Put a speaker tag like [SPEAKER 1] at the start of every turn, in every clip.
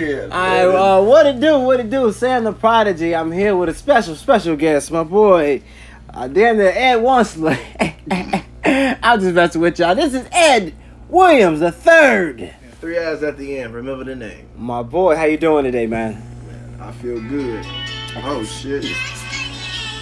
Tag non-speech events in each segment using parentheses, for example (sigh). [SPEAKER 1] Yeah,
[SPEAKER 2] Alright, uh, what it do, what it do, Sam the Prodigy. I'm here with a special, special guest, my boy, uh, damn near Ed Wansler. (laughs) I'm just messing with y'all. This is Ed Williams the third.
[SPEAKER 1] Three eyes at the end. Remember the name.
[SPEAKER 2] My boy, how you doing today, man?
[SPEAKER 1] I feel good. Oh shit.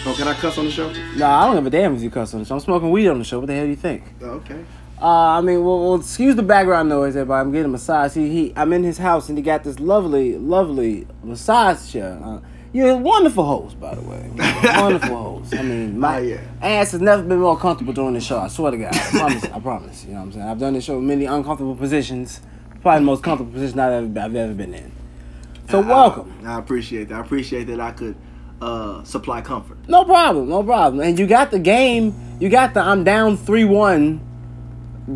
[SPEAKER 1] Oh, can I cuss on the show?
[SPEAKER 2] Nah, I don't give a damn if you cuss on the show. I'm smoking weed on the show. What the hell do you think?
[SPEAKER 1] Oh, okay.
[SPEAKER 2] Uh, I mean, well, well, excuse the background noise, everybody. I'm getting a massage. He, he, I'm in his house, and he got this lovely, lovely massage chair. Uh, you're a wonderful host, by the way.
[SPEAKER 1] (laughs)
[SPEAKER 2] wonderful host. I mean, my
[SPEAKER 1] Oh, yeah.
[SPEAKER 2] ass has never been more comfortable doing this show. I swear to God, I promise. I promise. You know what I'm saying? I've done this show in many uncomfortable positions. Probably the most comfortable position I've ever, I've ever been in.
[SPEAKER 1] Uh,
[SPEAKER 2] So welcome.
[SPEAKER 1] I, I appreciate that. I appreciate that I could uh, supply comfort.
[SPEAKER 2] No problem, no problem. And you got the game. You got the I'm down three one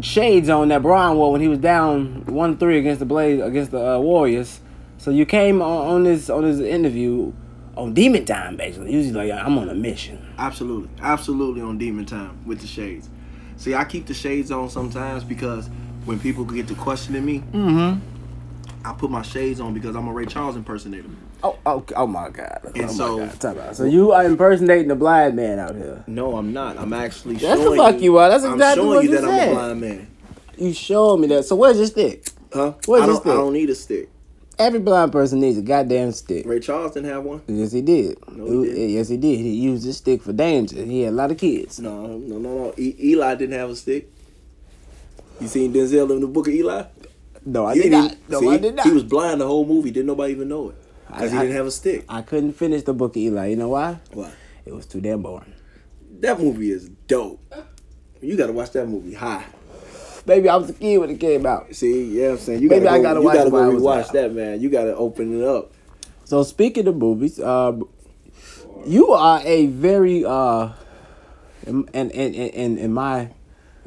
[SPEAKER 2] shades on that Braun wore when he was down one three against the Blaze against the uh, Warriors. So you came on, on this on this interview on demon time basically. Usually like I'm on a mission.
[SPEAKER 1] Absolutely, absolutely on demon time with the shades. See, I keep the shades on sometimes because when people get to questioning me,
[SPEAKER 2] Mm-hmm.
[SPEAKER 1] I put my shades on because I'm a Ray Charles impersonator.
[SPEAKER 2] Oh oh, oh my god. oh
[SPEAKER 1] And so-
[SPEAKER 2] my god. Talk about it. so you are impersonating the blind man out here.
[SPEAKER 1] No, I'm not. I'm actually
[SPEAKER 2] That's the
[SPEAKER 1] showing
[SPEAKER 2] fuck you are. That's
[SPEAKER 1] I'm
[SPEAKER 2] exactly
[SPEAKER 1] showing
[SPEAKER 2] what
[SPEAKER 1] you
[SPEAKER 2] you
[SPEAKER 1] that I'm
[SPEAKER 2] said.
[SPEAKER 1] a blind man.
[SPEAKER 2] You showed me that. So where's your stick?
[SPEAKER 1] Huh?
[SPEAKER 2] Where's
[SPEAKER 1] I
[SPEAKER 2] your
[SPEAKER 1] don't. I
[SPEAKER 2] stick?
[SPEAKER 1] don't need a stick.
[SPEAKER 2] Every blind person needs a goddamn stick.
[SPEAKER 1] Ray Charles didn't have one.
[SPEAKER 2] Yes, he did.
[SPEAKER 1] No, he
[SPEAKER 2] Ooh,
[SPEAKER 1] didn't.
[SPEAKER 2] Yes, he did. He used his stick for danger. He had a lot of kids.
[SPEAKER 1] No, no, no, no. E- Eli didn't have a stick. You seen Denzel in the book of Eli?
[SPEAKER 2] No, I
[SPEAKER 1] He
[SPEAKER 2] did
[SPEAKER 1] didn't-
[SPEAKER 2] not. No,
[SPEAKER 1] see,
[SPEAKER 2] I did not.
[SPEAKER 1] He was blind the whole movie. Didn't nobody even know it because he
[SPEAKER 2] I- I-
[SPEAKER 1] didn't have a stick.
[SPEAKER 2] I couldn't finish the book of Eli. You know why?
[SPEAKER 1] Why?
[SPEAKER 2] It was too damn boring.
[SPEAKER 1] That movie is dope. You gotta watch that movie high.
[SPEAKER 2] Baby, I was a kid when it came out.
[SPEAKER 1] See, yeah, I'm saying you
[SPEAKER 2] Maybe
[SPEAKER 1] gotta
[SPEAKER 2] I
[SPEAKER 1] go,
[SPEAKER 2] gotta
[SPEAKER 1] you
[SPEAKER 2] watch
[SPEAKER 1] gotta
[SPEAKER 2] it while I
[SPEAKER 1] go
[SPEAKER 2] was
[SPEAKER 1] rewatch
[SPEAKER 2] out.
[SPEAKER 1] that man. You gotta open it up.
[SPEAKER 2] So speaking of movies, uh, you are a very uh, and and and and in my,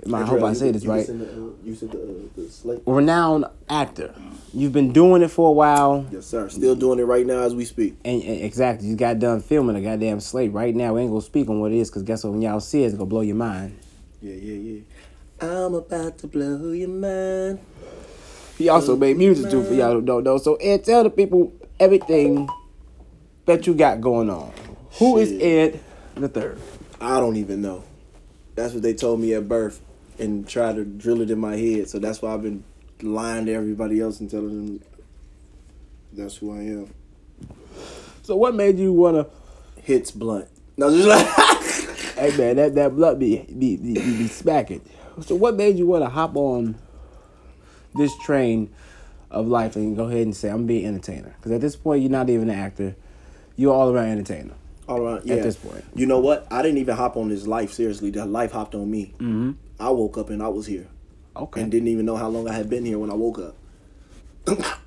[SPEAKER 2] in my I hope I say this right.
[SPEAKER 1] You said the, uh, the slate.
[SPEAKER 2] Renowned actor. You've been doing it for a while.
[SPEAKER 1] Yes, sir. Still doing it right now as we speak.
[SPEAKER 2] And, and exactly, you got done filming a goddamn slate right now. We ain't gonna speak on what it is, cause guess what? When y'all see it, it's gonna blow your mind.
[SPEAKER 1] Yeah, yeah, yeah. I'm about to blow your mind.
[SPEAKER 2] He also made music too for y'all who don't know. So Ed, tell the people everything that you got going on. Who is
[SPEAKER 1] Shit.
[SPEAKER 2] Ed the third?
[SPEAKER 1] I don't even know. That's what they told me at birth and tried to drill it in my head. So that's why I've been lying to everybody else and telling them that's who I am.
[SPEAKER 2] So what made you wanna
[SPEAKER 1] Hits blunt. No, just like (laughs)
[SPEAKER 2] Hey man, that, that blood be be, be, be be smacking. So what made you wanna hop on this train of life and go ahead and say, I'm being entertainer? Because at this point you're not even an actor. You're all around entertainer.
[SPEAKER 1] all around. Yeah.
[SPEAKER 2] this point.
[SPEAKER 1] you know what? I didn't even hop on this life. Seriously, that life hopped on me. Mm-hmm. I woke up and I was here,
[SPEAKER 2] Okay.
[SPEAKER 1] and didn't even know how long I had been here when I woke up. (coughs)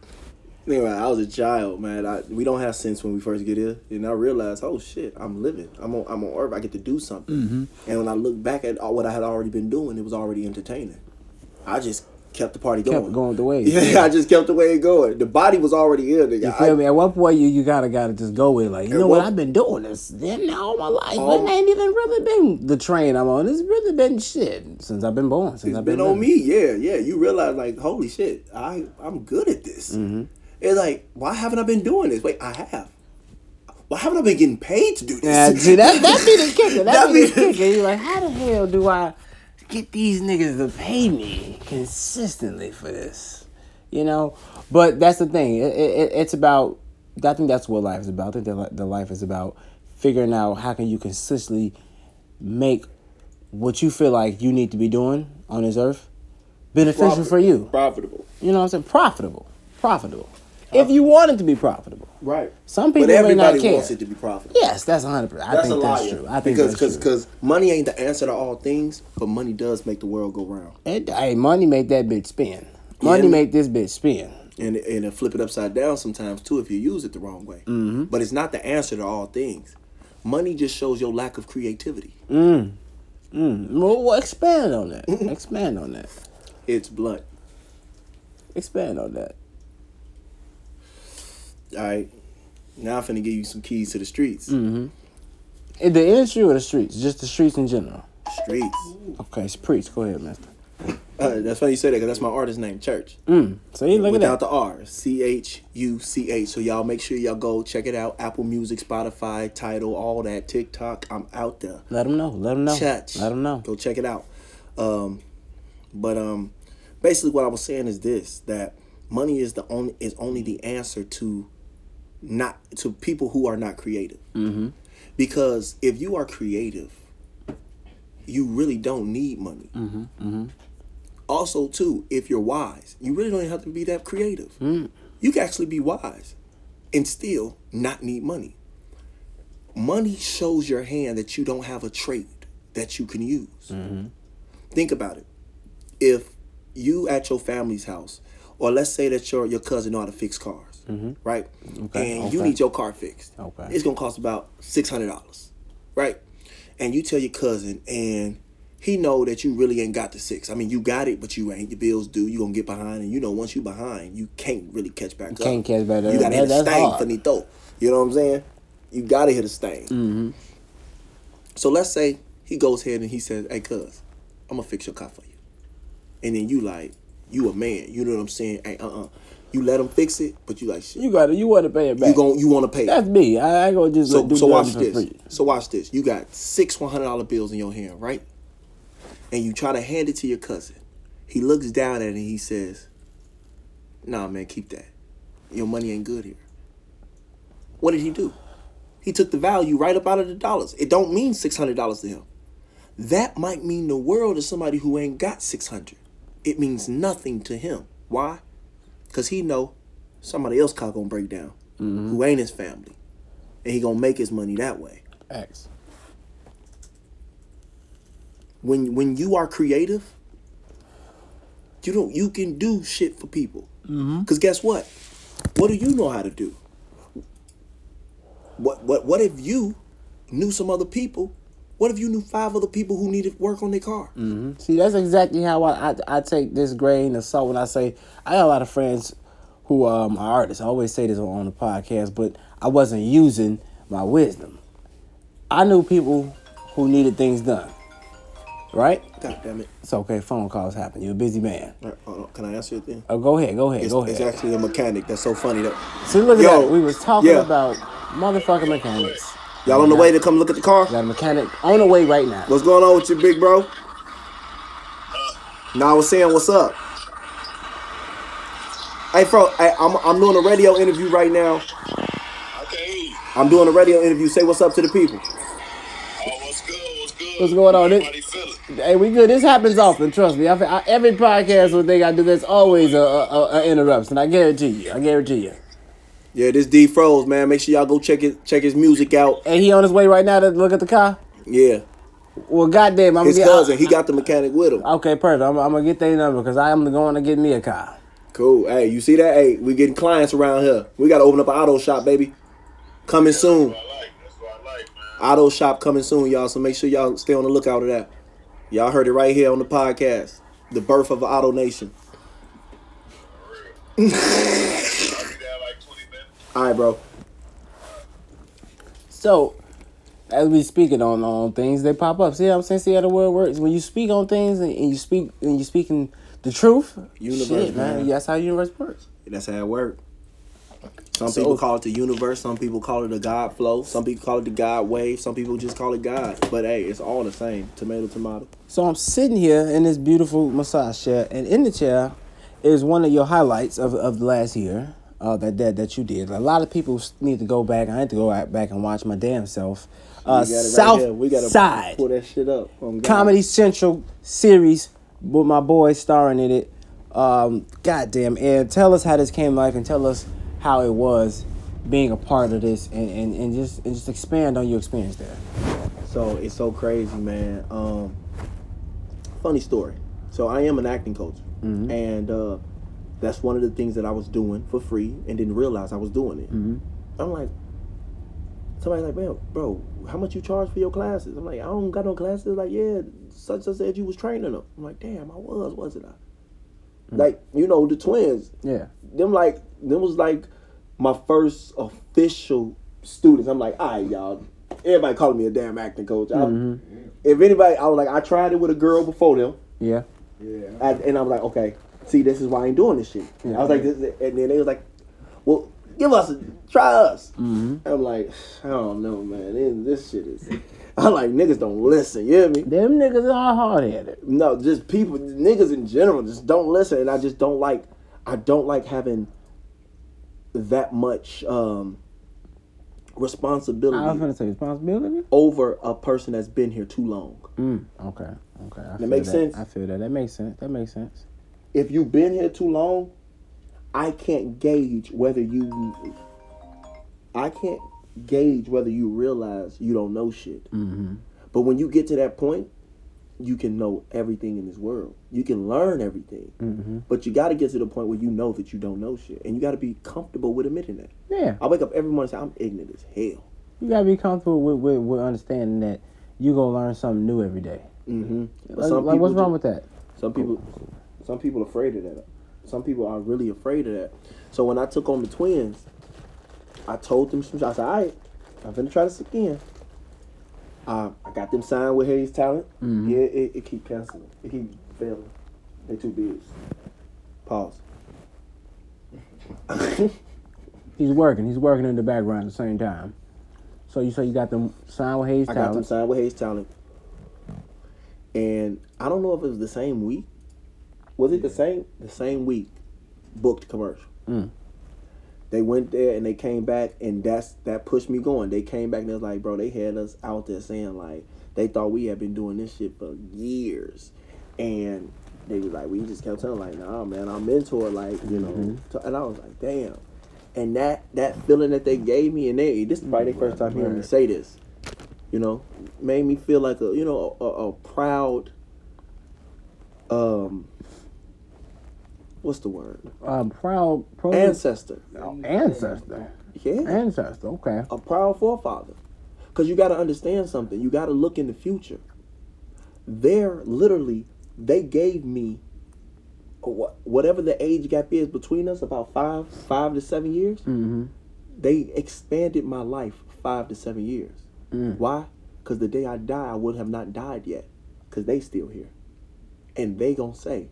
[SPEAKER 1] Anyway, I was a child, man. I, we don't have sense when we first get here, and I realized, oh shit, I'm living. I'm on, I'm on Earth. I get to do something.
[SPEAKER 2] Mm-hmm.
[SPEAKER 1] And when I look back at all, what I had already been doing, it was already entertaining. I just kept the party going.
[SPEAKER 2] Kept going the
[SPEAKER 1] (laughs)
[SPEAKER 2] way.
[SPEAKER 1] Yeah, I just kept the way it going. The body was already here. Nigga.
[SPEAKER 2] You feel
[SPEAKER 1] I-
[SPEAKER 2] me? At what point you, you gotta gotta just go with it, like you know what
[SPEAKER 1] what-
[SPEAKER 2] I've been doing this then all my life.
[SPEAKER 1] All-
[SPEAKER 2] it ain't even really been the train I'm on. It's really been shit since I've been born. Since
[SPEAKER 1] It's
[SPEAKER 2] I've
[SPEAKER 1] been on
[SPEAKER 2] living.
[SPEAKER 1] me, yeah, yeah. You realize like, holy shit, I I'm good at this.
[SPEAKER 2] Mm-hmm.
[SPEAKER 1] It's like, why haven't I been doing this? Wait, I have. Why haven't I been getting paid to do (laughs)
[SPEAKER 2] Yeah,
[SPEAKER 1] this?
[SPEAKER 2] see, that that be the kicker.
[SPEAKER 1] (laughs)
[SPEAKER 2] That,
[SPEAKER 1] That
[SPEAKER 2] be,
[SPEAKER 1] be
[SPEAKER 2] the
[SPEAKER 1] the-
[SPEAKER 2] kicker. You're like, how the hell do I get these niggas to pay me consistently for this? You know, but that's the thing. It, it, it- it's about. I think that's what life is about. I think that li- the life is about figuring out how can you consistently make what you feel like you need to be doing on this earth beneficial for you.
[SPEAKER 1] profitable,
[SPEAKER 2] You know what I'm saying? Profitable, profitable. If you want it to be profitable,
[SPEAKER 1] Uh, right?
[SPEAKER 2] Some people
[SPEAKER 1] but
[SPEAKER 2] may not
[SPEAKER 1] everybody
[SPEAKER 2] care.
[SPEAKER 1] wants it to be profitable.
[SPEAKER 2] yes, that's 100. percent I
[SPEAKER 1] That's
[SPEAKER 2] think
[SPEAKER 1] a
[SPEAKER 2] that's
[SPEAKER 1] liar.
[SPEAKER 2] true. I think
[SPEAKER 1] because
[SPEAKER 2] that's true.
[SPEAKER 1] because because money ain't the answer to all things, but money does make the world go round.
[SPEAKER 2] It, hey, money make that bitch spin. Money
[SPEAKER 1] Yeah.
[SPEAKER 2] make this bitch spin.
[SPEAKER 1] and and it'll flip it upside down sometimes too if you use it the wrong way. Mm-hmm. But it's not the answer to all things. Money just shows your lack of creativity.
[SPEAKER 2] Well, well, expand
[SPEAKER 1] (laughs)
[SPEAKER 2] on that. expand on that.
[SPEAKER 1] It's blunt.
[SPEAKER 2] Expand on that.
[SPEAKER 1] All right, now I'm finna give you some keys to the streets.
[SPEAKER 2] Mm-hmm. In the industry or the streets? Just the streets in general.
[SPEAKER 1] Streets.
[SPEAKER 2] Okay, it's preach. Go ahead, mister.
[SPEAKER 1] Uh, that's why you say that because that's my artist name, Church.
[SPEAKER 2] So you Mm, look at
[SPEAKER 1] Without
[SPEAKER 2] that.
[SPEAKER 1] the R, C H U C H. So y'all make sure y'all go check it out. Apple Music, Spotify, Title, all that. TikTok, I'm out there.
[SPEAKER 2] Let them know. Let them know.
[SPEAKER 1] Church.
[SPEAKER 2] Let them know.
[SPEAKER 1] Go check it out. Um, but um, basically, what I was saying is this: that money is the only is only the answer to not to people who are not creative. Mm-hmm. Because if you are creative, you really don't need money. Mm-hmm. Mm-hmm. Also, too, if you're wise, you really don't have to be that creative. You can actually be wise and still not need money money shows your hand that you don't have a trait that you can use.
[SPEAKER 2] Mm-hmm.
[SPEAKER 1] Think about it. If you at your family's house, or let's say that your your cousin know how to fix cars, right? And you
[SPEAKER 2] Mm-hmm. okay.
[SPEAKER 1] need your car fixed.
[SPEAKER 2] Okay.
[SPEAKER 1] It's gonna cost about six hundred dollars, right? And you tell your cousin, and he know that you really ain't got the six. I mean, you got it, but you ain't. Your bills due. You gonna get behind, and you know once you behind, you can't really catch back up.
[SPEAKER 2] can't catch back up.
[SPEAKER 1] You gotta hit
[SPEAKER 2] That-
[SPEAKER 1] a
[SPEAKER 2] that's
[SPEAKER 1] stain
[SPEAKER 2] hard.
[SPEAKER 1] for the throat. You know what I'm saying? You gotta hit a stain.
[SPEAKER 2] Mm-hmm.
[SPEAKER 1] So let's say he goes ahead and he says, "Hey, cuz, I'm gonna fix your car for you," and then you like, you a man, you know what I'm saying? Hey, uh, uh you let him fix it, but you like shit.
[SPEAKER 2] You got to You want to pay it back.
[SPEAKER 1] You gon' you want to pay. it.
[SPEAKER 2] That's me. I, I go just
[SPEAKER 1] So
[SPEAKER 2] do
[SPEAKER 1] so watch
[SPEAKER 2] nothing for
[SPEAKER 1] this.
[SPEAKER 2] free.
[SPEAKER 1] So watch this. You got six one hundred dollar bills in your hand, right? And you try to hand it to your cousin. He looks down at it and he says, Nah man, keep that. Your money ain't good here. What did he do? He took the value right up out of the dollars. It don't mean six hundred dollars to him. That might mean the world to somebody who ain't got six hundred. It means nothing to him. Why? Cause he know somebody else car gonna break down
[SPEAKER 2] Mm-hmm.
[SPEAKER 1] who ain't his family and he gonna make his money that way.
[SPEAKER 2] X.
[SPEAKER 1] When when you are creative, you don't you can do shit for people. Mm-hmm. Cause guess what? What do you know how to do? What what what if you knew some other people? What if you knew five other people who needed work on their car?
[SPEAKER 2] See, that's exactly how I, I I take this grain of salt when I say I got a lot of friends who um, are artists. I always say this on, on the podcast, but I wasn't using my wisdom. I knew people who needed things done, right?
[SPEAKER 1] God damn it!
[SPEAKER 2] It's okay. Phone calls happen. You're a busy man.
[SPEAKER 1] All right, hold on. Uh, Can I answer it then?
[SPEAKER 2] Oh, go ahead. Go ahead.
[SPEAKER 1] It's,
[SPEAKER 2] go
[SPEAKER 1] it's
[SPEAKER 2] ahead.
[SPEAKER 1] actually a mechanic. That's so funny that
[SPEAKER 2] See, look at
[SPEAKER 1] Yo,
[SPEAKER 2] that. We was talking
[SPEAKER 1] yeah.
[SPEAKER 2] about motherfucking mechanics.
[SPEAKER 1] y'all on the way to come look at the car.
[SPEAKER 2] Got a mechanic on the way right now.
[SPEAKER 1] What's going on with you, big bro? Nah, I was saying, what's up? Hey, bro, I, I'm, I'm doing a radio interview right now.
[SPEAKER 3] Okay.
[SPEAKER 1] I'm doing a radio interview. Say what's up to the people.
[SPEAKER 3] Oh, what's good? What's good?
[SPEAKER 2] What's going on?
[SPEAKER 3] Everybody feeling?
[SPEAKER 2] Hey, we good. This happens often. Trust me. I, I, every podcast will think I do this. Always a, a, a, a interruption. I guarantee you. I guarantee you.
[SPEAKER 1] Yeah, this D froze, man. Make sure y'all go check it, check his music out.
[SPEAKER 2] And he on his way right now to look at the car.
[SPEAKER 1] Yeah,
[SPEAKER 2] Well, goddamn, I'm
[SPEAKER 1] his
[SPEAKER 2] gonna get,
[SPEAKER 1] cousin. He got the mechanic with him.
[SPEAKER 2] okay, perfect. I'm, I'm gonna get their number because I am going to get me a car.
[SPEAKER 1] Cool. Hey, you see that? Hey, we getting clients around here. We gotta open up an auto shop, baby. Coming soon.
[SPEAKER 3] That's what I like. That's what I like, man.
[SPEAKER 1] Auto shop coming soon, y'all. So make sure y'all stay on the lookout of that. Y'all heard it right here on the podcast. The birth of an auto nation.
[SPEAKER 3] I'll be there like 20 minutes.
[SPEAKER 1] All right, bro.
[SPEAKER 2] So, as we speaking on on things, they pop up. See how I'm saying? See how the world works. When you speak on things and, and you speak and you speaking the truth,
[SPEAKER 1] Universe,
[SPEAKER 2] shit, man.
[SPEAKER 1] man.
[SPEAKER 2] That's how universe works.
[SPEAKER 1] That's how it works. Some
[SPEAKER 2] So-
[SPEAKER 1] people call it the universe. Some people call it the God flow. Some people call it the God wave. Some people just call it God. But hey, it's all the same. Tomato, tomato.
[SPEAKER 2] So I'm sitting here in this beautiful massage chair, and in the chair is one of your highlights of, of the last year uh, that, that that you did. A lot of people s- need to go back. I need to go out back and watch my damn self. Uh,
[SPEAKER 1] We got it right
[SPEAKER 2] South
[SPEAKER 1] here. We gotta
[SPEAKER 2] Side
[SPEAKER 1] pull that shit up. on God.
[SPEAKER 2] Comedy Central series with my boy starring in it. Um, goddamn, and tell us how this came to life, and tell us how it was being a part of this, and, and, and just and just expand on your experience there.
[SPEAKER 1] So it's so crazy, man. Um, funny story. So I am an acting coach, and uh, that's one of the things that I was doing for free and didn't realize I was doing it. I'm like, somebody like, man, bro, how much you charge for your classes? I'm like, I don't got no classes. Like, yeah, such such said you was training them. I'm like, damn, I was, wasn't I? Like, you know, the twins
[SPEAKER 2] Yeah.
[SPEAKER 1] them like them was like my first official students. I'm like, all right, y'all. Everybody calling me a damn acting coach. I- If anybody, I was like, I tried it with a girl before them,
[SPEAKER 2] Yeah.
[SPEAKER 4] Yeah.
[SPEAKER 1] And, and I'm like, okay, see, this is why I ain't doing this shit. I was like, this, is- and then they was like, well, give us, a, try us. And I'm like, I don't know, man. This, this shit is. (laughs) I'm like, niggas don't listen. You hear me?
[SPEAKER 2] Them niggas are hard headed.
[SPEAKER 1] No, just people, niggas in general, just don't listen. And I just don't like, I don't like having that much um
[SPEAKER 2] I was
[SPEAKER 1] responsibility
[SPEAKER 2] gonna say responsibility.
[SPEAKER 1] over a person that's been here too long.
[SPEAKER 2] Mm. Okay. Okay. I that
[SPEAKER 1] makes sense?
[SPEAKER 2] I feel that. That makes sense. That makes sense.
[SPEAKER 1] If you've been here too long, I can't gauge whether you, I can't gauge whether you realize you don't know shit.
[SPEAKER 2] Mm-hmm.
[SPEAKER 1] But when you get to that point, you can know everything in this world. You can learn everything.
[SPEAKER 2] Mm-hmm.
[SPEAKER 1] But you got to get to the point where you know that you don't know shit, and you got to be comfortable with admitting that.
[SPEAKER 2] Yeah.
[SPEAKER 1] I wake up every morning and say I'm ignorant as hell.
[SPEAKER 2] You gotta be comfortable with, with, with understanding that you gonna learn something new every day.
[SPEAKER 1] Mm-hmm.
[SPEAKER 2] Like, like, what's wrong with that?
[SPEAKER 1] some people? Some people afraid of that. Some people are really afraid of that. So when I took on the twins, I told them some. I said, "All right, I'm gonna try this again." Uh, I got them signed with Hayes Talent.
[SPEAKER 2] Mhm.
[SPEAKER 1] Yeah, it, it keep canceling. It keep failing. They too big. Pause. (laughs)
[SPEAKER 2] He's working. He's working in the background at the same time. So you say you got them signed with Hayes
[SPEAKER 1] I got them
[SPEAKER 2] Talent.
[SPEAKER 1] signed with Hayes Talent. And I don't know if it was the same week. Was it the same? The same week, booked commercial.
[SPEAKER 2] Mm.
[SPEAKER 1] They went there and they came back, and that's that pushed me going. They came back and they was like, bro, they had us out there saying like they thought we had been doing this shit for years, and they was like, we just kept telling like, nah, man, our mentor, like, you know,
[SPEAKER 2] Mm-hmm.
[SPEAKER 1] t- and I was like, damn, and that that feeling that they gave me, and they this is probably their first time hearing me
[SPEAKER 2] Mm-hmm. Right.
[SPEAKER 1] say this, you know, made me feel like a you know a, a proud, um, what's the word?
[SPEAKER 2] Uh, proud pro
[SPEAKER 1] Ancestor.
[SPEAKER 2] Oh, ancestor.
[SPEAKER 1] Yeah.
[SPEAKER 2] Ancestor. Okay.
[SPEAKER 1] a proud forefather. Because you got to understand something. You got to look in the future. They're literally, they gave me wha- whatever the age gap is between us, about five, five to seven years.
[SPEAKER 2] Mm-hmm.
[SPEAKER 1] They expanded my life five to seven years.
[SPEAKER 2] Mm.
[SPEAKER 1] Why? Because the day I die, I would have not died yet. Because they still here. And they going to say,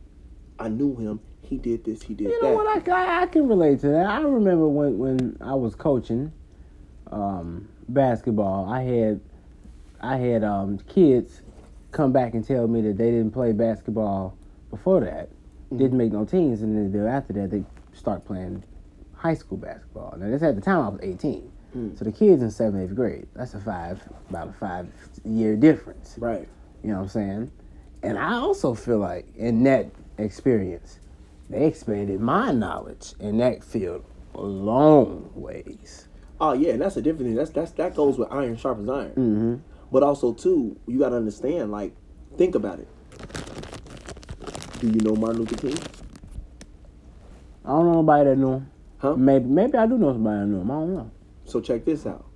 [SPEAKER 1] I knew him. He did this. He did
[SPEAKER 2] You
[SPEAKER 1] that.
[SPEAKER 2] know what? I, I, I can relate to that. I remember when, when I was coaching um, basketball, I had I had um, kids come back and tell me that they didn't play basketball before that,
[SPEAKER 1] Mm-hmm.
[SPEAKER 2] didn't make no teams, and then they're- after that they start playing high school basketball. Now this at the time I was 18,
[SPEAKER 1] Mm.
[SPEAKER 2] so the kids in seventh eighth grade. That's a five about a five year difference.
[SPEAKER 1] Right.
[SPEAKER 2] You know what I'm saying? And I also feel like in that experience, they expanded my knowledge in that field a long ways.
[SPEAKER 1] Oh yeah, and that's a different thing. That's that's that goes with iron sharpens iron.
[SPEAKER 2] Mm-hmm.
[SPEAKER 1] But also too, you gotta understand. Like, think about it. Do you know Martin Luther King?
[SPEAKER 2] I don't know nobody that knew him.
[SPEAKER 1] Huh?
[SPEAKER 2] Maybe maybe I do know somebody that knew him. I don't know.
[SPEAKER 1] So check this out.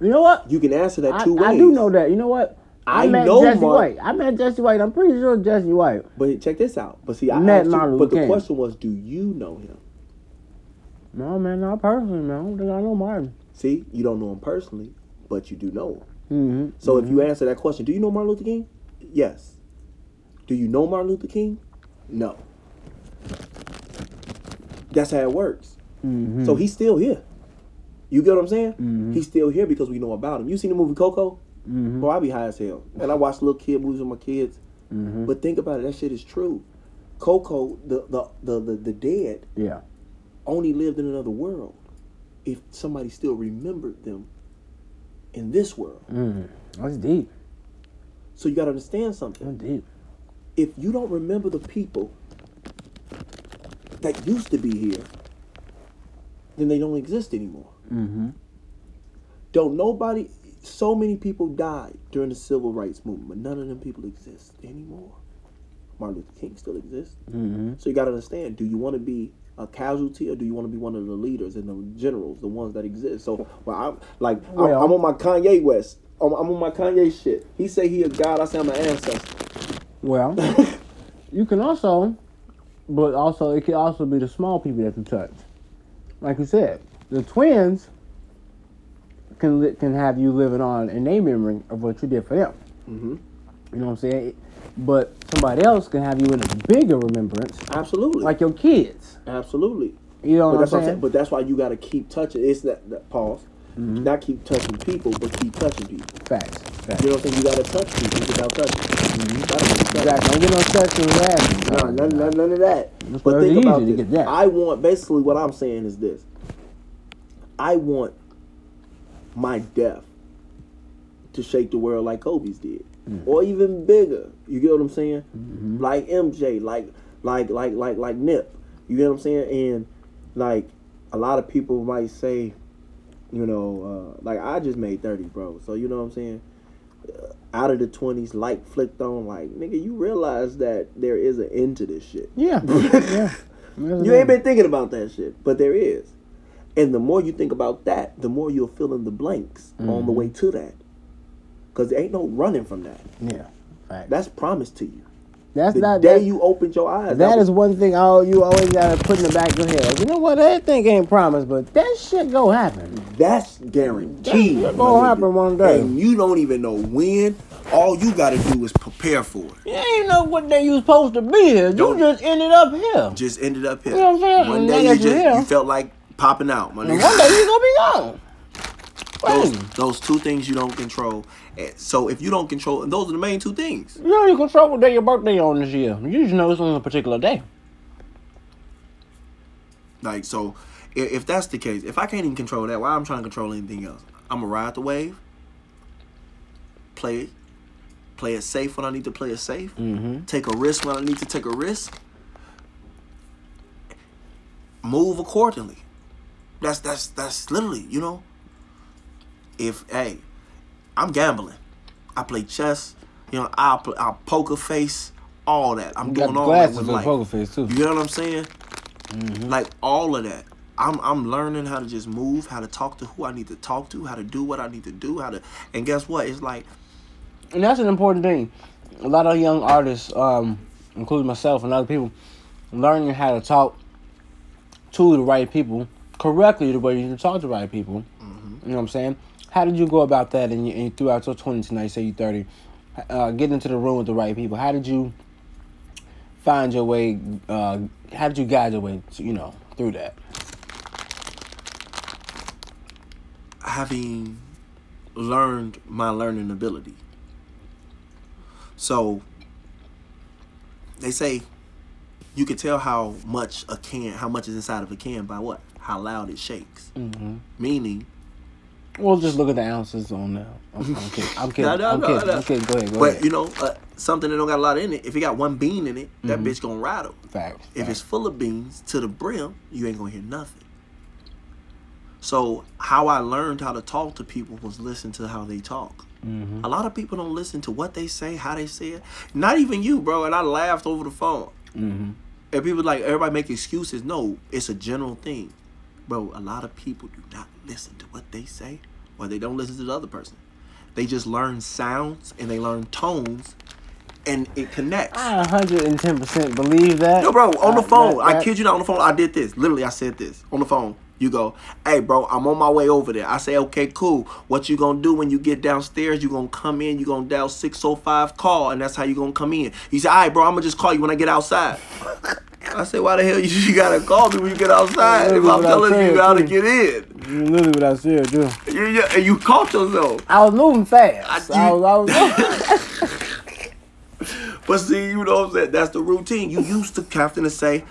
[SPEAKER 2] You know what?
[SPEAKER 1] You can answer that
[SPEAKER 2] I,
[SPEAKER 1] two ways.
[SPEAKER 2] I do know that. You know what?
[SPEAKER 1] I know
[SPEAKER 2] Jesse
[SPEAKER 1] Mark-
[SPEAKER 2] White. I met Jesse White. I'm pretty sure Jesse White.
[SPEAKER 1] But check this out. But see, I
[SPEAKER 2] Met
[SPEAKER 1] asked you-
[SPEAKER 2] Martin
[SPEAKER 1] But
[SPEAKER 2] Luther
[SPEAKER 1] the
[SPEAKER 2] King.
[SPEAKER 1] question was, do you know him?
[SPEAKER 2] No man, not personally, man. I don't think I know Martin.
[SPEAKER 1] See, you don't know him personally, but you do know him.
[SPEAKER 2] Mm-hmm.
[SPEAKER 1] So if you answer that question, do you know Martin Luther King? Yes. Do you know Martin Luther King? No. That's how it works.
[SPEAKER 2] hmm
[SPEAKER 1] So he's still here. You get what I'm saying? He's still here because we know about him. You seen the movie Coco?
[SPEAKER 2] Mhm.
[SPEAKER 1] Boy, I be high as hell. And I watch little kid movies with my kids.
[SPEAKER 2] Mhm.
[SPEAKER 1] But think about it, that shit is true. Coco, the the, the the the dead
[SPEAKER 2] yeah.
[SPEAKER 1] only lived in another world. If somebody still remembered them in this world.
[SPEAKER 2] Mm. That's deep.
[SPEAKER 1] So you gotta understand something.
[SPEAKER 2] That's deep.
[SPEAKER 1] if you don't remember the people that used to be here, then they don't exist anymore.
[SPEAKER 2] Mm-hmm.
[SPEAKER 1] Don't nobody, so many people died during the civil rights movement, but none of them people exist anymore. Martin Luther King still exists.
[SPEAKER 2] Mm-hmm.
[SPEAKER 1] So you got to understand do you want to be a casualty or do you want to be one of the leaders and the generals, the ones that exist? So, well, I'm like, I'm-
[SPEAKER 2] Well-
[SPEAKER 1] I'm, on my Kanye West. I'm, I'm on my Kanye shit. He say he a god, I say I'm an ancestor. (laughs)
[SPEAKER 2] Well, you can also, but also it could also be the small people that you touch. Like you said, the twins can li- can have you living on in their memory of what you did for them.
[SPEAKER 1] Mhm.
[SPEAKER 2] You know what I'm saying? But somebody else can have you in a bigger remembrance,
[SPEAKER 1] Absolutely.
[SPEAKER 2] like your kids.
[SPEAKER 1] absolutely.
[SPEAKER 2] You
[SPEAKER 1] But
[SPEAKER 2] know what
[SPEAKER 1] that's what
[SPEAKER 2] I'm
[SPEAKER 1] I'm
[SPEAKER 2] saying?
[SPEAKER 1] saying. But that's why you got to keep touching. It's that, that pause.
[SPEAKER 2] Mm-hmm.
[SPEAKER 1] Not keep touching people, but keep touching people.
[SPEAKER 2] facts. Facts.
[SPEAKER 1] You know what I'm saying? You got to touch people without touching. Mm-hmm.
[SPEAKER 2] Exactly. Don't get no sex with that.
[SPEAKER 1] No, none, none, none of that.
[SPEAKER 2] That's why
[SPEAKER 1] But
[SPEAKER 2] it's
[SPEAKER 1] think
[SPEAKER 2] easy
[SPEAKER 1] about
[SPEAKER 2] to
[SPEAKER 1] this.
[SPEAKER 2] get that.
[SPEAKER 1] I want basically what I'm saying is this. I want my death to shake the world like Kobe's did, or even bigger. You get what I'm saying? Like MJ, like like like like like Nip. You get what I'm saying? And like a lot of people might say, you know, uh, like I just made thirty, bro. So you know what I'm saying? out of the twenties, light flicked on, like nigga, you realize that there is an end to this shit. (laughs)
[SPEAKER 2] Yeah. yeah.
[SPEAKER 1] You
[SPEAKER 2] Mm-hmm.
[SPEAKER 1] ain't been thinking about that shit, but there is. And the more you think about that, the more you'll fill in the blanks on the way
[SPEAKER 2] Mm-hmm.
[SPEAKER 1] to that. Cause there ain't no running from that.
[SPEAKER 2] Yeah. Facts.
[SPEAKER 1] That's promised to you.
[SPEAKER 2] that's
[SPEAKER 1] The
[SPEAKER 2] not
[SPEAKER 1] day
[SPEAKER 2] that,
[SPEAKER 1] you opened your eyes.
[SPEAKER 2] That
[SPEAKER 1] was-
[SPEAKER 2] is one thing all you always gotta put in the back of your head. Like, you know what? That thing ain't promised, but that shit go happen.
[SPEAKER 1] that's guaranteed.
[SPEAKER 2] That's
[SPEAKER 1] my
[SPEAKER 2] gonna
[SPEAKER 1] nigga.
[SPEAKER 2] happen one day.
[SPEAKER 1] And you don't even know when. All you gotta do is prepare for it.
[SPEAKER 2] You ain't know what day you supposed to be here. You
[SPEAKER 1] Don't-
[SPEAKER 2] just ended up here.
[SPEAKER 1] Just ended up here.
[SPEAKER 2] You know what I'm saying?
[SPEAKER 1] One
[SPEAKER 2] And
[SPEAKER 1] day
[SPEAKER 2] now
[SPEAKER 1] you
[SPEAKER 2] that you're
[SPEAKER 1] just
[SPEAKER 2] here.
[SPEAKER 1] you felt like popping out, my
[SPEAKER 2] And
[SPEAKER 1] nigga.
[SPEAKER 2] one day you gonna be gone.
[SPEAKER 1] those,
[SPEAKER 2] Crazy.
[SPEAKER 1] those two things you don't control. Eh, So if you don't control, and those are the main two things.
[SPEAKER 2] You know you control what day your birthday on this year. You just know it's on a particular day.
[SPEAKER 1] Like so, i- if that's the case, if I can't even control that, why I'm trying to control anything else? I'm gonna ride the wave. Play it, play it safe when I need to play it safe. Take a risk when I need to take a risk. Move accordingly. That's that's that's literally you know. If hey, I'm gambling. I play chess. You know, I play, I poker face. All that I'm doing all that with life.
[SPEAKER 2] face too.
[SPEAKER 1] You know what I'm saying? Like all of that. I'm I'm learning how to just move, how to talk to who I need to talk to, how to do what I need to do, how to and guess what? It's like
[SPEAKER 2] And that's an important thing. A lot of young artists, um, including myself and other people, learning how to talk to the right people correctly, the way you should talk to the right people.
[SPEAKER 1] Mm-hmm.
[SPEAKER 2] You know what I'm saying? How did you go about that? And, you, and throughout your 20s, now you say you're 30, uh, get into the room with the right people. How did you find your way? Uh, how did you guide your way? To, you know, through that.
[SPEAKER 1] having learned my learning ability. So they say you can tell how much a can how much is inside of a can by what? How loud it shakes.
[SPEAKER 2] Mm-hmm.
[SPEAKER 1] Meaning
[SPEAKER 2] Well, just look at the ounces on now. I'm, I'm kidding. I'm kidding.
[SPEAKER 1] (laughs) No, no,
[SPEAKER 2] I'm
[SPEAKER 1] no,
[SPEAKER 2] kidding.
[SPEAKER 1] no.
[SPEAKER 2] I'm kidding. Go ahead. Go
[SPEAKER 1] but
[SPEAKER 2] ahead.
[SPEAKER 1] you know, uh, something that don't got a lot in it, if it got one bean in it, that bitch gonna rattle.
[SPEAKER 2] Facts.
[SPEAKER 1] If it's
[SPEAKER 2] facts.
[SPEAKER 1] full of beans to the brim, you ain't gonna hear nothing. So how I learned how to talk to people was listen to how they talk. A lot of people don't listen to what they say, how they say it. Not even you, bro. And I laughed over the phone. And people like everybody make excuses. No, it's a general thing, bro. A lot of people do not listen to what they say, or they don't listen to the other person. They just learn sounds and they learn tones, and it connects.
[SPEAKER 2] I 110 percent believe that.
[SPEAKER 1] No, bro, on the
[SPEAKER 2] Uh,
[SPEAKER 1] phone.
[SPEAKER 2] that-
[SPEAKER 1] I
[SPEAKER 2] that-
[SPEAKER 1] kid you not, on the phone, I did this. Literally, I said this on the phone. You go, hey, bro, I'm on my way over there. I say, okay, cool. What you gonna do when you get downstairs? You gonna come in? You gonna dial 605 call, and that's how you gonna come in. He said, all right, bro, I'm gonna just call you when I get outside. I say, why the hell you, you gotta call me when you get outside if
[SPEAKER 2] Literally
[SPEAKER 1] I'm
[SPEAKER 2] what I
[SPEAKER 1] telling
[SPEAKER 2] said,
[SPEAKER 1] you how to
[SPEAKER 2] too.
[SPEAKER 1] get in?
[SPEAKER 2] You literally what I said, dude.
[SPEAKER 1] You, you, and you caught yourself.
[SPEAKER 2] I was moving fast.
[SPEAKER 1] I-
[SPEAKER 2] I, was, I (laughs) was
[SPEAKER 1] But see, you know what I'm saying? That's the routine. You used to, Captain, to say,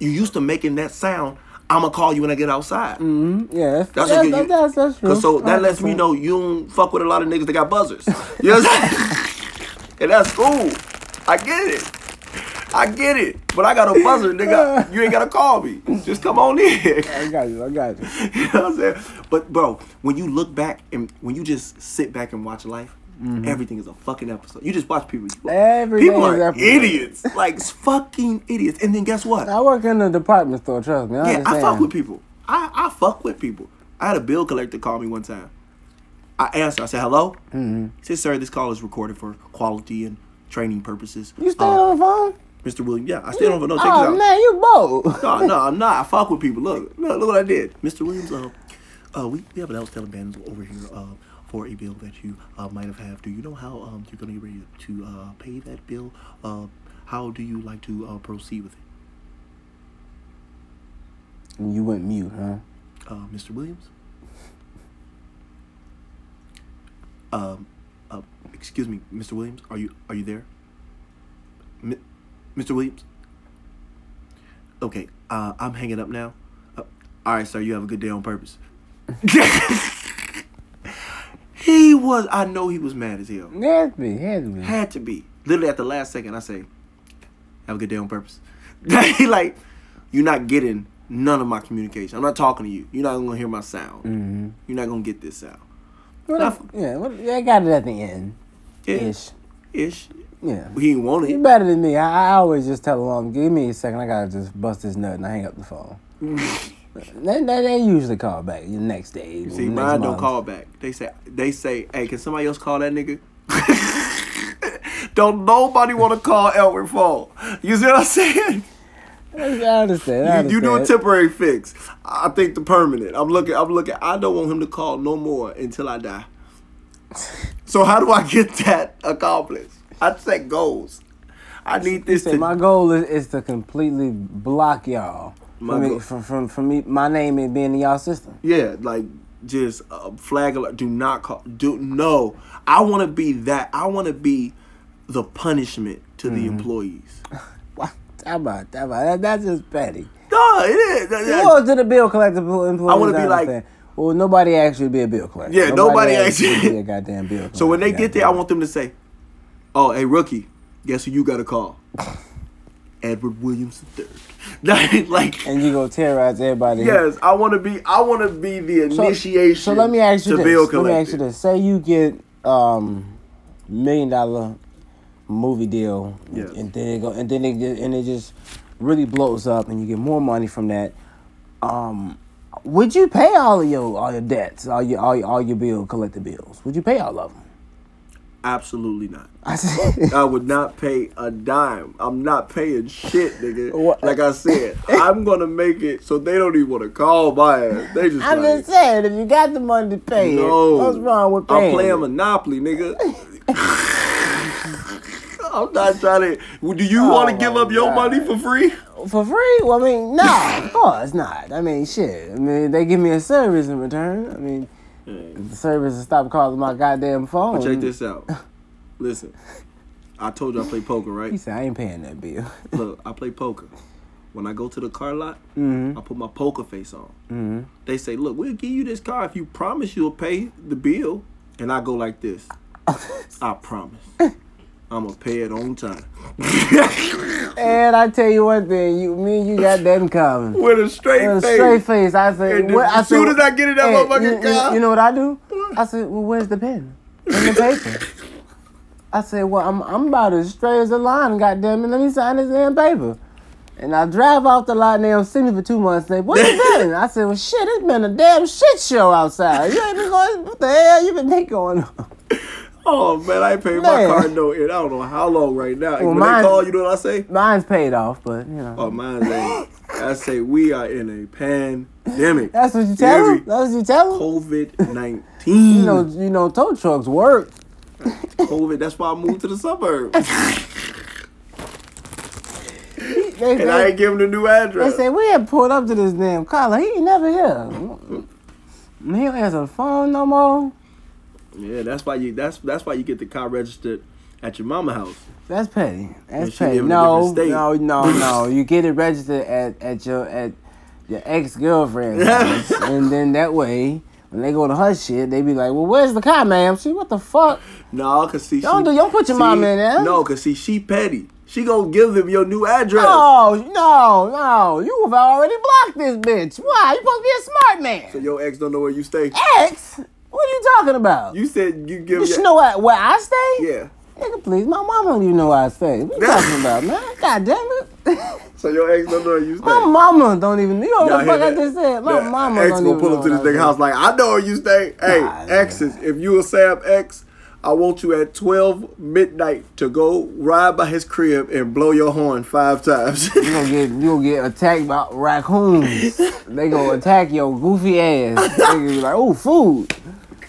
[SPEAKER 1] you used to making that sound, I'm gonna call you when I get outside.
[SPEAKER 2] Mm-hmm. yeah, that's
[SPEAKER 1] That's
[SPEAKER 2] that's,
[SPEAKER 1] what
[SPEAKER 2] that's,
[SPEAKER 1] you-
[SPEAKER 2] that's, that's true.
[SPEAKER 1] Cause so that lets me
[SPEAKER 2] 100%.
[SPEAKER 1] know you don't fuck with a lot of niggas that got buzzers. You know what I'm saying?
[SPEAKER 2] (laughs)
[SPEAKER 1] and that's cool. I get it. I get it. But I got a buzzer, nigga. You ain't gotta call me. Just come on in. (laughs)
[SPEAKER 2] I got you. I got you.
[SPEAKER 1] you know what I'm saying? But bro, when you look back and when you just sit back and watch life, everything is a fucking episode. You just watch people.
[SPEAKER 2] Mm-hmm. Everything
[SPEAKER 1] people
[SPEAKER 2] is
[SPEAKER 1] are
[SPEAKER 2] episode.
[SPEAKER 1] idiots. Like fucking idiots. And then guess what?
[SPEAKER 2] I work in a department store. Trust me. I
[SPEAKER 1] Yeah, I
[SPEAKER 2] understand.
[SPEAKER 1] fuck with people. I, I fuck with people. I had a bill collector call me one time. I answered. I said, hello? Mm-hmm. He said, sir, this call is recorded for quality and training purposes.
[SPEAKER 2] You stay
[SPEAKER 1] Uh,
[SPEAKER 2] on the phone?
[SPEAKER 1] Mr. Williams, yeah, I still don't know. Check this
[SPEAKER 2] Oh
[SPEAKER 1] out.
[SPEAKER 2] man, you bold. (laughs)
[SPEAKER 1] No, no, I'm not. I fuck with people. Look, look, look what I did. Mr. Williams, uh, uh, we, we have an outstanding band over here. Uh, for a bill that you uh, might have have. Do you know how um, you're going to get ready to uh, pay that bill? Uh, how do you like to uh, proceed with it?
[SPEAKER 2] And you went mute, huh?
[SPEAKER 1] Uh, Mr. Williams? Um, uh, excuse me, Mr. Williams, are you are you there? Mi- Mr. Williams? Okay, uh, I'm hanging up now. Uh, all right, sir, you have a good day on purpose. (laughs) he was, I know he was mad as hell.
[SPEAKER 2] Had me, had me.
[SPEAKER 1] Had to be. Literally at the last second, I say, "Have a good day on purpose." (laughs) He like, you're not getting none of my communication. I'm not talking to you. You're not gonna hear my sound. You're not gonna get this sound.
[SPEAKER 2] What if, yeah, what, I got it at the end.
[SPEAKER 1] Yeah,
[SPEAKER 2] Ish.
[SPEAKER 1] ish.
[SPEAKER 2] Yeah.
[SPEAKER 1] He didn't want
[SPEAKER 2] You're
[SPEAKER 1] it.
[SPEAKER 2] better than me. I, I always just tell along, give me a second, I gotta just bust this nut and I hang up the phone.
[SPEAKER 1] (laughs)
[SPEAKER 2] they, they, they usually call back the next day. You
[SPEAKER 1] See, mine don't call back. They say, they say, "Hey, can somebody else call that nigga?" (laughs) don't nobody want to call Elwin Fall. You see what I'm saying?
[SPEAKER 2] I understand. I
[SPEAKER 1] You, you do a
[SPEAKER 2] understand.
[SPEAKER 1] temporary fix. I think the permanent. I'm looking. I'm looking. I don't want him to call no more until I die. So how do I get that accomplished? I set goals. I need this
[SPEAKER 2] Say,
[SPEAKER 1] to.
[SPEAKER 2] my goal is, is to completely block y'all
[SPEAKER 1] My
[SPEAKER 2] from, me,
[SPEAKER 1] goal-
[SPEAKER 2] from, from, from me, my name and being in y'all system. (laughs)
[SPEAKER 1] yeah, like just uh, flag alert. Do not call. Do no. I want to be that. I want to be the punishment to the employees.
[SPEAKER 2] What? How about, how about that? That's just petty.
[SPEAKER 1] No, it is. That- that-
[SPEAKER 2] Well, to the bill collector empl- employees.
[SPEAKER 1] wanna be
[SPEAKER 2] I
[SPEAKER 1] like-
[SPEAKER 2] understand. well, nobody actually be a bill collector.
[SPEAKER 1] Yeah, nobody actually-
[SPEAKER 2] be a goddamn bill
[SPEAKER 1] (laughs)
[SPEAKER 2] collector.
[SPEAKER 1] so when they get there, I
[SPEAKER 2] goddamn.
[SPEAKER 1] want them to say, "Oh, hey rookie, guess who you got to
[SPEAKER 2] (laughs)
[SPEAKER 1] call? Edward Williams III." Like, (laughs) like
[SPEAKER 2] and you go terrorize everybody.
[SPEAKER 1] Yes, I want to be. I want to be the
[SPEAKER 2] So-
[SPEAKER 1] initiation.
[SPEAKER 2] So, let me ask you
[SPEAKER 1] to
[SPEAKER 2] this.
[SPEAKER 1] bill
[SPEAKER 2] let me ask
[SPEAKER 1] collecting.
[SPEAKER 2] you this. Say you get um million dollar movie deal,
[SPEAKER 1] Yes.
[SPEAKER 2] and then it go, and then it ju- and it just really blows up, and you get more money from that. Um, would you pay all of your all your debts, all your all your, all your bill collected bills? Would you pay all of them?
[SPEAKER 1] Absolutely not.
[SPEAKER 2] (laughs) I said,
[SPEAKER 1] I would not pay a dime. I'm not paying shit, nigga.
[SPEAKER 2] What?
[SPEAKER 1] Like I said,
[SPEAKER 2] (laughs)
[SPEAKER 1] I'm gonna make it so they don't even want to call my ass. They just
[SPEAKER 2] I'm
[SPEAKER 1] like,
[SPEAKER 2] just saying, if you got the money to pay
[SPEAKER 1] no.
[SPEAKER 2] it, what's wrong with paying?
[SPEAKER 1] I'm
[SPEAKER 2] it?
[SPEAKER 1] playing Monopoly, nigga. (laughs) I'm not trying to. Do you want
[SPEAKER 2] Oh
[SPEAKER 1] to give
[SPEAKER 2] my
[SPEAKER 1] up your
[SPEAKER 2] God.
[SPEAKER 1] money for
[SPEAKER 2] (laughs)
[SPEAKER 1] free?
[SPEAKER 2] For free? Well, I mean, no, of course not. I mean, shit. I mean, they give me a service in return. I mean, the service to stop calling my goddamn phone.
[SPEAKER 1] Check this out. Listen, I told you I play poker, right?
[SPEAKER 2] He (laughs) said, I ain't paying that bill. (laughs)
[SPEAKER 1] Look, I play poker. When I go to the car lot,
[SPEAKER 2] Mm-hmm.
[SPEAKER 1] I put my poker face on. They say, "Look, we'll give you this car if you promise you'll pay the bill." And I go like
[SPEAKER 2] (laughs)
[SPEAKER 1] this: "I promise, I'm gonna pay it on time." (laughs)
[SPEAKER 2] and I tell you one thing, you, me and you got that in common.
[SPEAKER 1] With a straight
[SPEAKER 2] With a
[SPEAKER 1] face.
[SPEAKER 2] straight face, I said,
[SPEAKER 1] And
[SPEAKER 2] what,
[SPEAKER 1] as
[SPEAKER 2] I
[SPEAKER 1] soon
[SPEAKER 2] said,
[SPEAKER 1] as I get in that
[SPEAKER 2] "Hey,
[SPEAKER 1] motherfucking
[SPEAKER 2] you- you-
[SPEAKER 1] car."
[SPEAKER 2] You know what I do? I said, well, where's the pen? And the paper. I said, well, I'm, I'm about as straight as a line, goddamn it. Let me sign this damn paper. And I drive off the lot and they don't see me for two months. They, what
[SPEAKER 1] (laughs)
[SPEAKER 2] you been? I said, well, shit, it's been a damn shit show outside. You ain't been going, what the hell you been going on?
[SPEAKER 1] Oh man, I ain't paid my
[SPEAKER 2] Man.
[SPEAKER 1] card no in I don't know how long right now. And
[SPEAKER 2] Well,
[SPEAKER 1] when
[SPEAKER 2] mine-
[SPEAKER 1] they call, you know what I say?
[SPEAKER 2] Mine's paid off, but, you know.
[SPEAKER 1] Oh, mine's ain't. I say we are in a pandemic.
[SPEAKER 2] That's what you tell them? That's what you tell them?
[SPEAKER 1] COVID nineteen.
[SPEAKER 2] You know, you know, tow trucks work.
[SPEAKER 1] COVID. That's why I moved to the suburbs.
[SPEAKER 2] They- they-
[SPEAKER 1] and I ain't give him the new address.
[SPEAKER 2] They say we had pulled up to this damn collar. He ain't never here. He don't answer the phone no more.
[SPEAKER 1] yeah, that's why you. That's that's why you get the car registered at your mama house.
[SPEAKER 2] That's petty.
[SPEAKER 1] And
[SPEAKER 2] That's
[SPEAKER 1] she
[SPEAKER 2] petty.
[SPEAKER 1] live in a
[SPEAKER 2] No,
[SPEAKER 1] different state.
[SPEAKER 2] no, no, no. You get it registered at, at your at your
[SPEAKER 1] (laughs)
[SPEAKER 2] ex girlfriend's house, and then that way. When they go to her shit, they be like, "Well, where's the car, ma'am?" She, what the fuck?
[SPEAKER 1] No, cause see,
[SPEAKER 2] Don't
[SPEAKER 1] she,
[SPEAKER 2] do- don't put your
[SPEAKER 1] see,
[SPEAKER 2] mama in there.
[SPEAKER 1] No, cause see, she petty. She gonna give them your new address.
[SPEAKER 2] No, no, no. You have already blocked this bitch. Why? You supposed to be a smart man.
[SPEAKER 1] Your ex don't know where you stay.
[SPEAKER 2] ex? What are you talking about? You,
[SPEAKER 1] You said you give. your-
[SPEAKER 2] should know where, where I stay.
[SPEAKER 1] yeah.
[SPEAKER 2] Nigga, please, my mom don't even know what I say. What
[SPEAKER 1] (laughs)
[SPEAKER 2] you talking about, man? God damn it. (laughs)
[SPEAKER 1] So your ex don't know where you stay.
[SPEAKER 2] my mama don't even know
[SPEAKER 1] Y'all
[SPEAKER 2] what the
[SPEAKER 1] hear
[SPEAKER 2] fuck I
[SPEAKER 1] that?
[SPEAKER 2] just said. My
[SPEAKER 1] That
[SPEAKER 2] mama
[SPEAKER 1] ex
[SPEAKER 2] don't
[SPEAKER 1] gonna
[SPEAKER 2] even
[SPEAKER 1] pull
[SPEAKER 2] know
[SPEAKER 1] up to this
[SPEAKER 2] what I
[SPEAKER 1] nigga
[SPEAKER 2] say.
[SPEAKER 1] house like, I know where you stay. Hey,
[SPEAKER 2] Nah,
[SPEAKER 1] exes, if you a Sam ex, I want you at twelve midnight to go ride by his crib and blow your horn five times. (laughs)
[SPEAKER 2] You gonna get you gonna get attacked by raccoons. they gonna attack your goofy ass. They gonna be like, oh, food.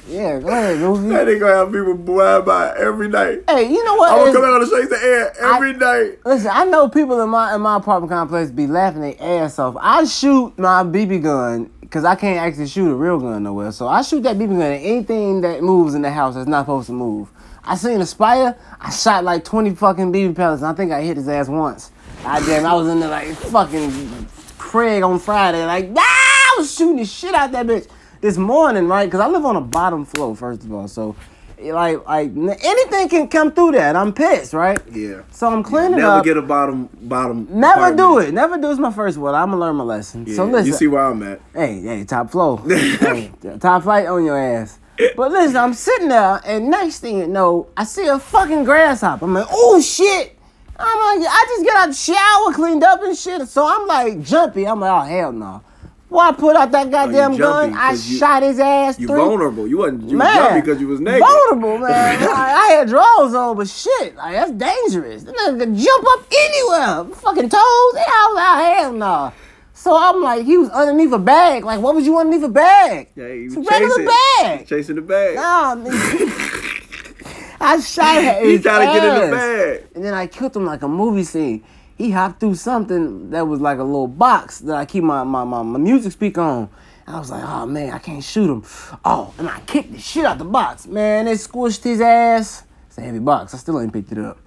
[SPEAKER 2] Yeah, go ahead,
[SPEAKER 1] (laughs)
[SPEAKER 2] Goofy.
[SPEAKER 1] That nigga have people blind by every night.
[SPEAKER 2] Hey, you know what?
[SPEAKER 1] I would
[SPEAKER 2] It's-
[SPEAKER 1] come out and shake the air every night.
[SPEAKER 2] Listen, I know people in my in my apartment complex be laughing their ass off. I shoot my BB gun because I can't actually shoot a real gun nowhere. So I shoot that BB gun at anything that moves in the house that's not supposed to move. I seen a spider. I shot like twenty fucking BB pellets. And I think I hit his ass once. I damn, I was in there like fucking Craig on Friday, like ah, I was shooting the shit out that bitch this morning, right? Because I live on a bottom floor, first of all. So like like n- anything can come through that. I'm pissed, right?
[SPEAKER 1] Yeah.
[SPEAKER 2] So I'm cleaning
[SPEAKER 1] Never
[SPEAKER 2] up.
[SPEAKER 1] get a bottom bottom.
[SPEAKER 2] Never do
[SPEAKER 1] apartment.
[SPEAKER 2] it. Never do is my first word. I'm gonna learn my lesson.
[SPEAKER 1] Yeah,
[SPEAKER 2] so listen,
[SPEAKER 1] you see where I'm at.
[SPEAKER 2] hey, hey, top
[SPEAKER 1] (laughs)
[SPEAKER 2] flow, hey, top flight on your ass. But listen, I'm sitting there, and next thing you know, I see a fucking grasshopper. I'm like, oh shit! I'm like, I just get out the shower, cleaned up and shit. So I'm like jumpy. I'm like, oh hell no. Well, I put out that goddamn gun.
[SPEAKER 1] Oh, jumpy
[SPEAKER 2] I
[SPEAKER 1] 'cause you-
[SPEAKER 2] shot his ass.
[SPEAKER 1] You
[SPEAKER 2] three
[SPEAKER 1] vulnerable. You wasn't you
[SPEAKER 2] man,
[SPEAKER 1] was jumpy because you was naked.
[SPEAKER 2] Vulnerable,
[SPEAKER 1] (laughs)
[SPEAKER 2] man. I, I had drawers on, but shit, like that's dangerous. That nigga could jump up anywhere. Fucking toes, they all out hell nah. So I'm like, he was underneath a bag. Like, what was you underneath a bag?
[SPEAKER 1] Yeah, you
[SPEAKER 2] It's
[SPEAKER 1] was
[SPEAKER 2] a
[SPEAKER 1] chasing,
[SPEAKER 2] regular bag.
[SPEAKER 1] chasing the bag.
[SPEAKER 2] Nah,
[SPEAKER 1] (laughs)
[SPEAKER 2] nigga. I shot at
[SPEAKER 1] He
[SPEAKER 2] his
[SPEAKER 1] trying to get in the
[SPEAKER 2] ass.
[SPEAKER 1] bag.
[SPEAKER 2] And then I killed him like a movie scene. He hopped through something that was like a little box that I keep my, my, my, my music speaker on. And I was like, oh man, I can't shoot him. Oh, and I kicked the shit out the box. Man, it squished his ass. It's a heavy box. I still ain't picked it up.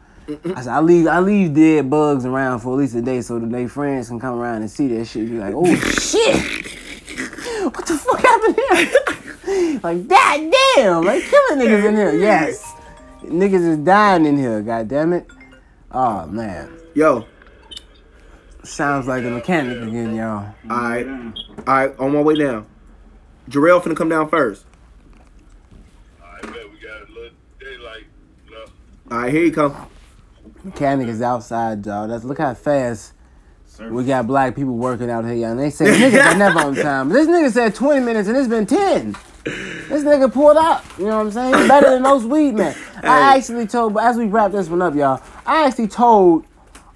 [SPEAKER 2] I said, I leave I leave dead bugs around for at least a day so that their friends can come around and see that shit. Be like, oh shit. What the fuck happened here? (laughs) like, god damn, like killing niggas in here. Yes. Niggas is dying in here, god damn it. Oh man,
[SPEAKER 1] Yo,
[SPEAKER 2] sounds like a mechanic again, y'all.
[SPEAKER 1] all right, all right, on my way down. Jarrell finna come down first.
[SPEAKER 3] I bet we got a little daylight left.
[SPEAKER 1] All right, here he come.
[SPEAKER 2] Mechanic is outside, y'all. That's look how fast we got black people working out here, y'all. And they say niggas are never on time. This nigga said 20 minutes and it's been 10. This nigga pulled out. You know what I'm saying? Better than most weed men. I actually told, but as we wrap this one up, y'all, I actually told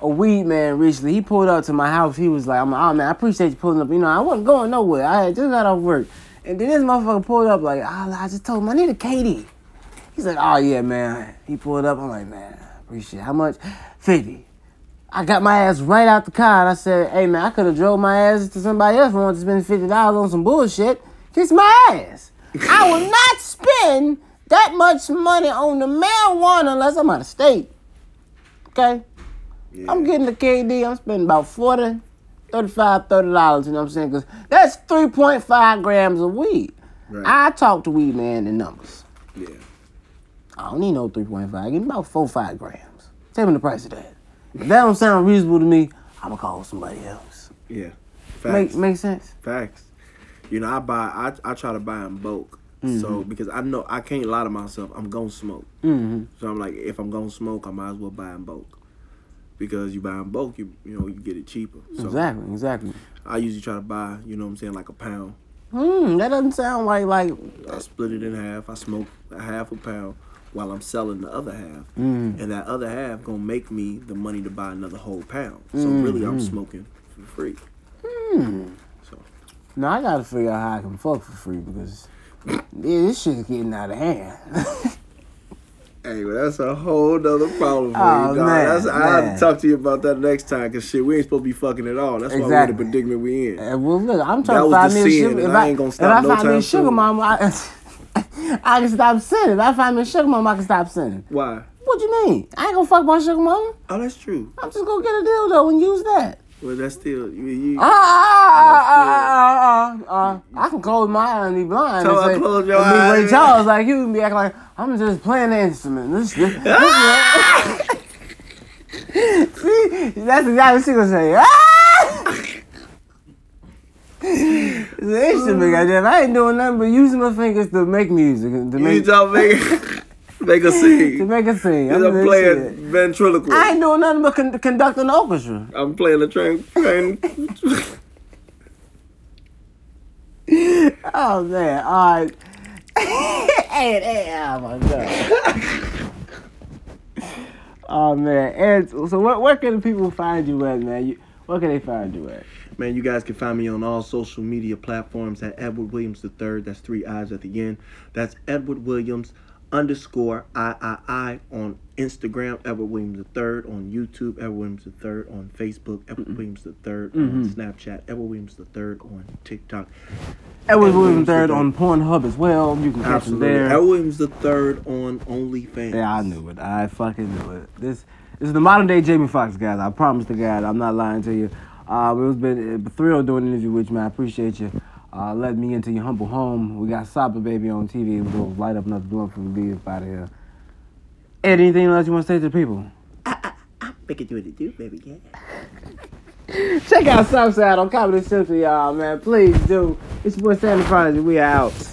[SPEAKER 2] a weed man recently. He pulled up to my house. He was like, "I'm like, oh man, I appreciate you pulling up. You know, I wasn't going nowhere. I had just got off work." And then this motherfucker pulled up like, "Ah, I just told him I need a KD." He's like, "Oh yeah, man." He pulled up. I'm like, "Man, appreciate it. how much? Fifty. I got my ass right out the car and I said, "Hey man, I could have drove my ass to somebody else and wanted to spend fifty dollars on some bullshit. Kiss my ass. I will not spend that much money on the marijuana unless I'm out of state. Okay." I'm getting the KD. I'm spending about 40, 35, 30 dollars. You know what I'm saying? Cause that's 3.5 grams of weed.
[SPEAKER 1] Right.
[SPEAKER 2] I talk to weed man in numbers.
[SPEAKER 1] Yeah.
[SPEAKER 2] I don't need no 3.5. I get about four, five grams. Tell me the price of that. If that don't sound reasonable to me, I'ma call somebody else.
[SPEAKER 1] Yeah.
[SPEAKER 2] Make
[SPEAKER 1] Facts.
[SPEAKER 2] make sense?
[SPEAKER 1] Facts. You know, I buy. I I try to buy in bulk. So
[SPEAKER 2] Mm-hmm.
[SPEAKER 1] because I know I can't lie to myself, I'm gonna smoke. Mm-hmm. So I'm like, if I'm gonna smoke, I might as well buy in bulk. Because you buy in bulk, you you know you get it cheaper. So
[SPEAKER 2] Exactly, exactly.
[SPEAKER 1] I usually try to buy, you know what I'm saying, like a pound.
[SPEAKER 2] Hmm, that doesn't sound like like
[SPEAKER 1] I split it in half. I smoke a half a pound while I'm selling the other half,
[SPEAKER 2] Mm.
[SPEAKER 1] and that other half gonna make me the money to buy another whole pound. So
[SPEAKER 2] Mm-hmm.
[SPEAKER 1] really, I'm smoking for free. So
[SPEAKER 2] no, hmm. I gotta figure out how I can fuck for free because yeah, this shit's getting out of hand. (laughs)
[SPEAKER 1] anyway, that's a whole nother problem for
[SPEAKER 2] Oh,
[SPEAKER 1] you, dog.
[SPEAKER 2] man,
[SPEAKER 1] that's, I have
[SPEAKER 2] man.
[SPEAKER 1] to talk to you about that next time, cause shit, we ain't supposed to be fucking at all. That's why we're in
[SPEAKER 2] Exactly.
[SPEAKER 1] the predicament we in.
[SPEAKER 2] Uh, well, look, I'm trying to
[SPEAKER 1] was
[SPEAKER 2] find
[SPEAKER 1] the
[SPEAKER 2] me a
[SPEAKER 1] sin,
[SPEAKER 2] sugar.
[SPEAKER 1] and
[SPEAKER 2] If
[SPEAKER 1] I
[SPEAKER 2] I,
[SPEAKER 1] ain't gonna
[SPEAKER 2] if
[SPEAKER 1] stop
[SPEAKER 2] I
[SPEAKER 1] no
[SPEAKER 2] find me
[SPEAKER 1] time
[SPEAKER 2] a sugar
[SPEAKER 1] soon.
[SPEAKER 2] mama, I, I (laughs) can stop sinning. If I find me a sugar mama, I can stop sinning.
[SPEAKER 1] Why?
[SPEAKER 2] What you mean? I ain't gonna fuck my sugar mama.
[SPEAKER 1] Oh, that's true.
[SPEAKER 2] I'm just gonna get a dildo and use that.
[SPEAKER 1] Well, that's still you. you
[SPEAKER 2] Ah, ah, ah, ah, ah, ah, ah. I can close my eye and be blind.
[SPEAKER 1] So
[SPEAKER 2] and
[SPEAKER 1] I
[SPEAKER 2] say-
[SPEAKER 1] close your
[SPEAKER 2] and be
[SPEAKER 1] eye.
[SPEAKER 2] Ray Charles, like you can be acting like I'm just playing the instrument. This, this,
[SPEAKER 1] Ah! (laughs)
[SPEAKER 2] this See, (laughs) that's exactly what she gonna say. (laughs) Ah! it's an instrument, goddamn. I ain't doing nothing but using my fingers to make music, and to
[SPEAKER 1] you
[SPEAKER 2] make
[SPEAKER 1] don't make (laughs) make a
[SPEAKER 2] (laughs) to
[SPEAKER 1] scene.
[SPEAKER 2] make a scene. I'm
[SPEAKER 1] I'm
[SPEAKER 2] just
[SPEAKER 1] playing
[SPEAKER 2] shit.
[SPEAKER 1] ventriloquist.
[SPEAKER 2] I ain't doing nothing but con- conducting the orchestra.
[SPEAKER 1] I'm playing a train. train.
[SPEAKER 2] Oh man, all right. (laughs) and, and, oh my god. oh man, and so where, where can the people find you at, man? You, where can they find you at?
[SPEAKER 1] Man, you guys can find me on all social media platforms at Edward Williams III. That's three I's at the end. That's Edward Williams underscore III on Instagram, Edward Williams III on YouTube, Edward Williams III on Facebook, Edward Williams III
[SPEAKER 2] Mm-hmm.
[SPEAKER 1] on Snapchat, Edward Williams III on TikTok.
[SPEAKER 2] Edward
[SPEAKER 1] Williams
[SPEAKER 2] Williams Third
[SPEAKER 1] III.
[SPEAKER 2] on Pornhub as well. You can catch him
[SPEAKER 1] Absolutely.
[SPEAKER 2] there.
[SPEAKER 1] Edward Williams III on OnlyFans.
[SPEAKER 2] Yeah, I knew it. I fucking knew it. This, this is the modern day Jamie Foxx, guys. I promise to God, I'm not lying to you. Uh, it was been a thrill doing an interview with you, man. I appreciate you. Uh, letting me into your humble home. We got Sapa Baby on TV. We're gonna light up another blunt for me up out of here. Ed, anything else you want to say to the people?
[SPEAKER 1] Make it do what it do, baby. Yeah.
[SPEAKER 2] Check out Southside on Comedy Central, y'all, man. Please do. It's your boy Sandy Prodigy. We are out.